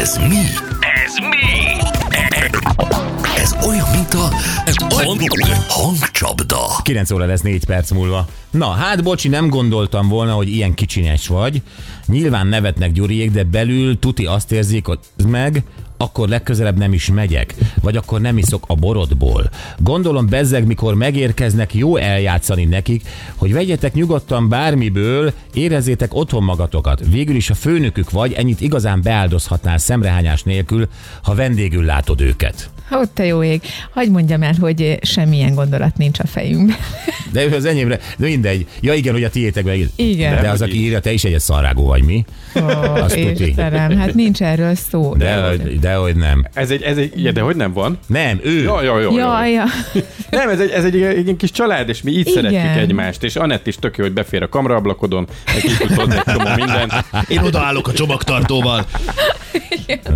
Ez mi? Ez mi? Ez olyan, mint a hangcsapda. 9 óra lesz 4 perc múlva. Na, hát bocsi, nem gondoltam volna, hogy ilyen kicsinyes vagy. Nyilván nevetnek Gyuriék, de belül tuti azt érzik, hogy ez meg, akkor legközelebb nem is megyek, vagy akkor nem iszok a borodból. Gondolom bezzeg, mikor megérkeznek, jó eljátszani nekik, hogy vegyetek nyugodtan bármiből, érezzétek otthon magatokat. Végül is a főnökük vagy, ennyit igazán beáldozhatnál szemrehányás nélkül, ha vendégül látod őket. Ha ott a jó ég. Hagy mondjam el, hogy semmilyen gondolat nincs a fejünkben. De ő az enyémre, de mindegy. Ja igen, hogy a tiétekben. igen. Igen. De az, aki írja, te is egy szarágó vagy mi? Ó, Azt tuti. Istenem, hát nincs erről szó. De, hogy- de hogy nem. Ez egy, ez egy, ja, de hogy nem van? Nem, ő. Jaj, jaj, jaj. Ja, jaj. ja. Nem, ez egy, ez egy, egy, ilyen kis család, és mi így Igen. szeretjük egymást, és Anett is tök jó, hogy befér a kamraablakon, neki is tud hozni egy csomó mindent. Én odaállok a csomagtartóval.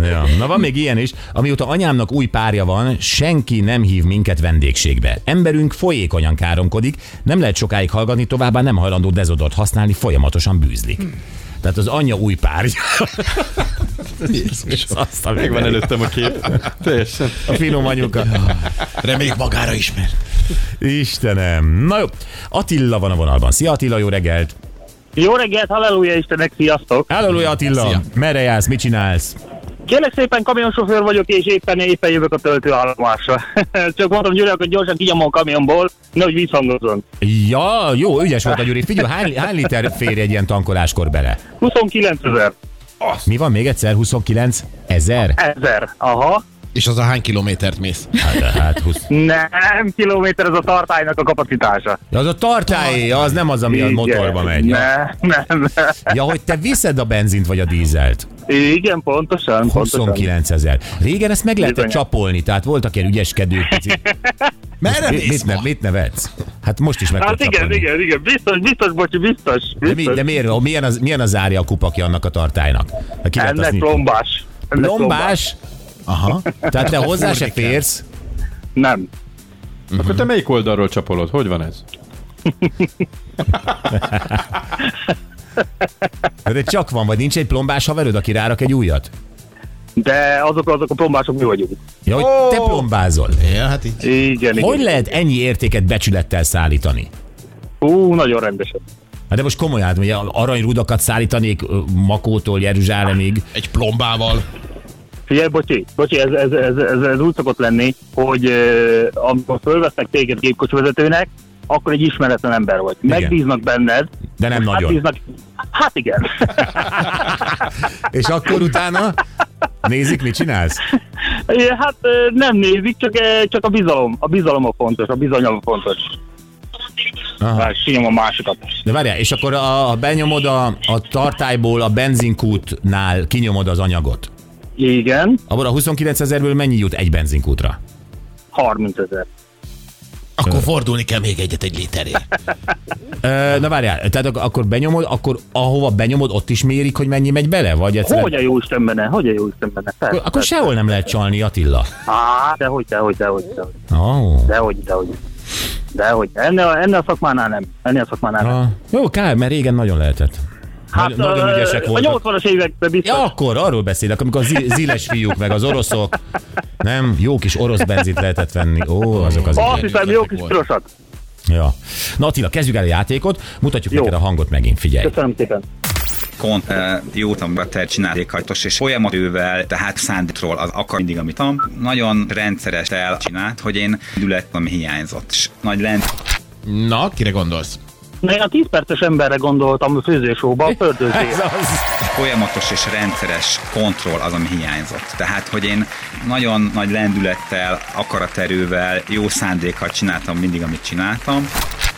Ja. Na van még ilyen is, amióta anyámnak új párja van, senki nem hív minket vendégségbe. Emberünk folyékonyan káromkodik, nem lehet sokáig hallgatni, továbbá nem hajlandó dezodort használni, folyamatosan bűzlik. Tehát az anyja új párja. Jézus, azt a Megvan mindenit. előttem a kép. Teljesen. A finom anyuka. Reméljük magára ismer. Istenem. Na jó, Attila van a vonalban. Szia Attila, jó reggelt! Jó reggelt, halleluja Istenek, sziasztok! Hallelujah Attila! Szia. Merre jársz, mit csinálsz? Kérlek szépen, kamionsofőr vagyok, és éppen, éppen jövök a töltőállomásra. Csak mondtam Gyuriak, hogy gyorsan kinyomom a kamionból, nehogy visszhangozzon. Ja, jó, ügyes volt a Gyuri. Figyelj, hány, hány liter fér egy ilyen tankoláskor bele? 29 ezer. Mi van még egyszer? 29 ezer? Ezer. Aha. És az a hány kilométert mész? Hát, hát 20. Nem kilométer ez a tartálynak a kapacitása. Ja, az a tartályé, az nem az, ami a Igen. motorba megy. Ja. Ne, nem, ne. ja, hogy te viszed a benzint vagy a dízelt. Igen, pontosan, pontosan. 29 ezer. Régen ezt meg lehetett Bizony. csapolni, tehát voltak ilyen ügyeskedők. picit. Merre Mit, mész mit, ne, ma? mit nevetsz? Hát most is meg Hát tudod igen, csapolni. igen, igen, biztos, biztos, bocsi, biztos. De, mi, biztos. de miért, milyen az, milyen az árja a kupakja annak a tartálynak? Ha ki lehet azt Ennek nyitni? lombás. Ennek Lombás? Aha. Tehát te hozzá se férsz? Nem. Akkor te melyik oldalról csapolod? Hogy van ez? De csak van, vagy nincs Hát egy plombás haverod, aki rárak egy újat? De azok, azok a plombások mi vagyunk. Ja, hogy te plombázol. Ja, hát így. Igen, Hogy igen. lehet ennyi értéket becsülettel szállítani? Ú, nagyon rendesen. Hát de most komolyan, hogy aranyrudakat szállítanék ö, Makótól Jeruzsálemig. Egy plombával. Figyelj, bocsi, bocsi ez, ez, ez, ez, ez úgy szokott lenni, hogy uh, amikor fölvesznek téged gépkocsvezetőnek, akkor egy ismeretlen ember vagy. Igen. Megbíznak benned. De nem és nagyon. Bíznak... Hát igen. És akkor utána nézik, mit csinálsz? Ö, hát ö, nem nézik, csak, ö, csak a bizalom. A bizalom a fontos, a bizalom a fontos. Aha. Hát, sínyom a másikat. De várjál, és akkor a, ha benyomod a, a tartályból a benzinkútnál, kinyomod az anyagot. Igen, Abban a 29 ezerből mennyi jut egy benzinkútra? 30 ezer. Akkor fordulni kell még egyet egy literért. Ö, na várjál, tehát ak- akkor benyomod, akkor ahova benyomod, ott is mérik, hogy mennyi megy bele? Vagy egyszerűen... Hogy a jó Isten benne, hogy a jó Isten benne. Akkor- Persze, Akkor persze. sehol nem lehet csalni, Attila. Á, dehogy, dehogy, dehogy, dehogy, Oh. dehogy, dehogy. Dehogy. Ennél, a- ennél a szakmánál nem. Ennél a szakmánál nem. Ah, jó, kár, mert régen nagyon lehetett. Hát, Nagy- nagyon ö, ügyesek voltak. A 80-as években biztos. Ja, akkor arról beszélek, amikor a zi- ziles fiúk, meg az oroszok, nem, jó kis orosz benzit lehetett venni. Ó, azok az Azt idők. hiszem, jó üzletek kis volt. pirosat. Ja. Na Attila, kezdjük el a játékot, mutatjuk Jó. neked a hangot megint, figyelj. Köszönöm szépen. kont e, jó tanbetel csinálékhajtos, és folyamatővel, tehát szándékról az akar mindig, amit am. Nagyon rendszeres elcsinált, hogy én dület, ami hiányzott. És nagy lent Na, kire gondolsz? Na, Én a 10 perces emberre gondoltam a főzősóban, a földőzé. Ez az. folyamatos és rendszeres kontroll az, ami hiányzott. Tehát, hogy én nagyon nagy lendülettel, akaraterővel, jó szándékkal csináltam mindig, amit csináltam.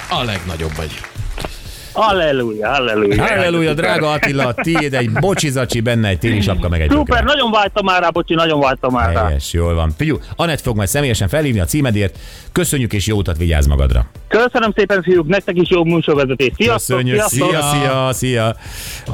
A legnagyobb vagy. Halleluja, halleluja. Halleluja, drága Attila, tiéd egy bocsizacsi, benne egy téli sapka, meg egy Szuper, bögre. nagyon vágytam már rá, bocsi, nagyon vágytam már rá. Helyes, jól van. Figyú, Anett fog majd személyesen felhívni a címedért. Köszönjük és jó utat, vigyázz magadra. Köszönöm szépen, fiúk, nektek is jó műsorvezetést. Sziasztok, Köszönjük. sziasztok. Szia, szia, szia.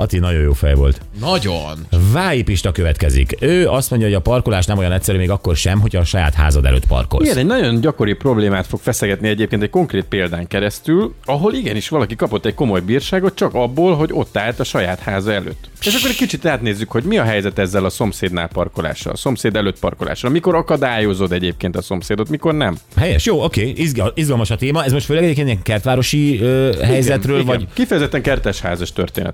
Ati nagyon jó fej volt. Nagyon. Váji Pista következik. Ő azt mondja, hogy a parkolás nem olyan egyszerű még akkor sem, hogyha a saját házad előtt parkolsz. Igen, egy nagyon gyakori problémát fog feszegetni egyébként egy konkrét példán keresztül, ahol igenis valaki kapott egy komoly komoly bírságot csak abból, hogy ott állt a saját háza előtt. És akkor egy kicsit átnézzük, hogy mi a helyzet ezzel a szomszédnál parkolással, a szomszéd előtt parkolással. Mikor akadályozod egyébként a szomszédot, mikor nem. Helyes, jó, oké, izgal, izgalmas a téma. Ez most főleg egyébként ilyen kertvárosi ö, helyzetről, Igen, vagy Kifejezetten kertes házas történet.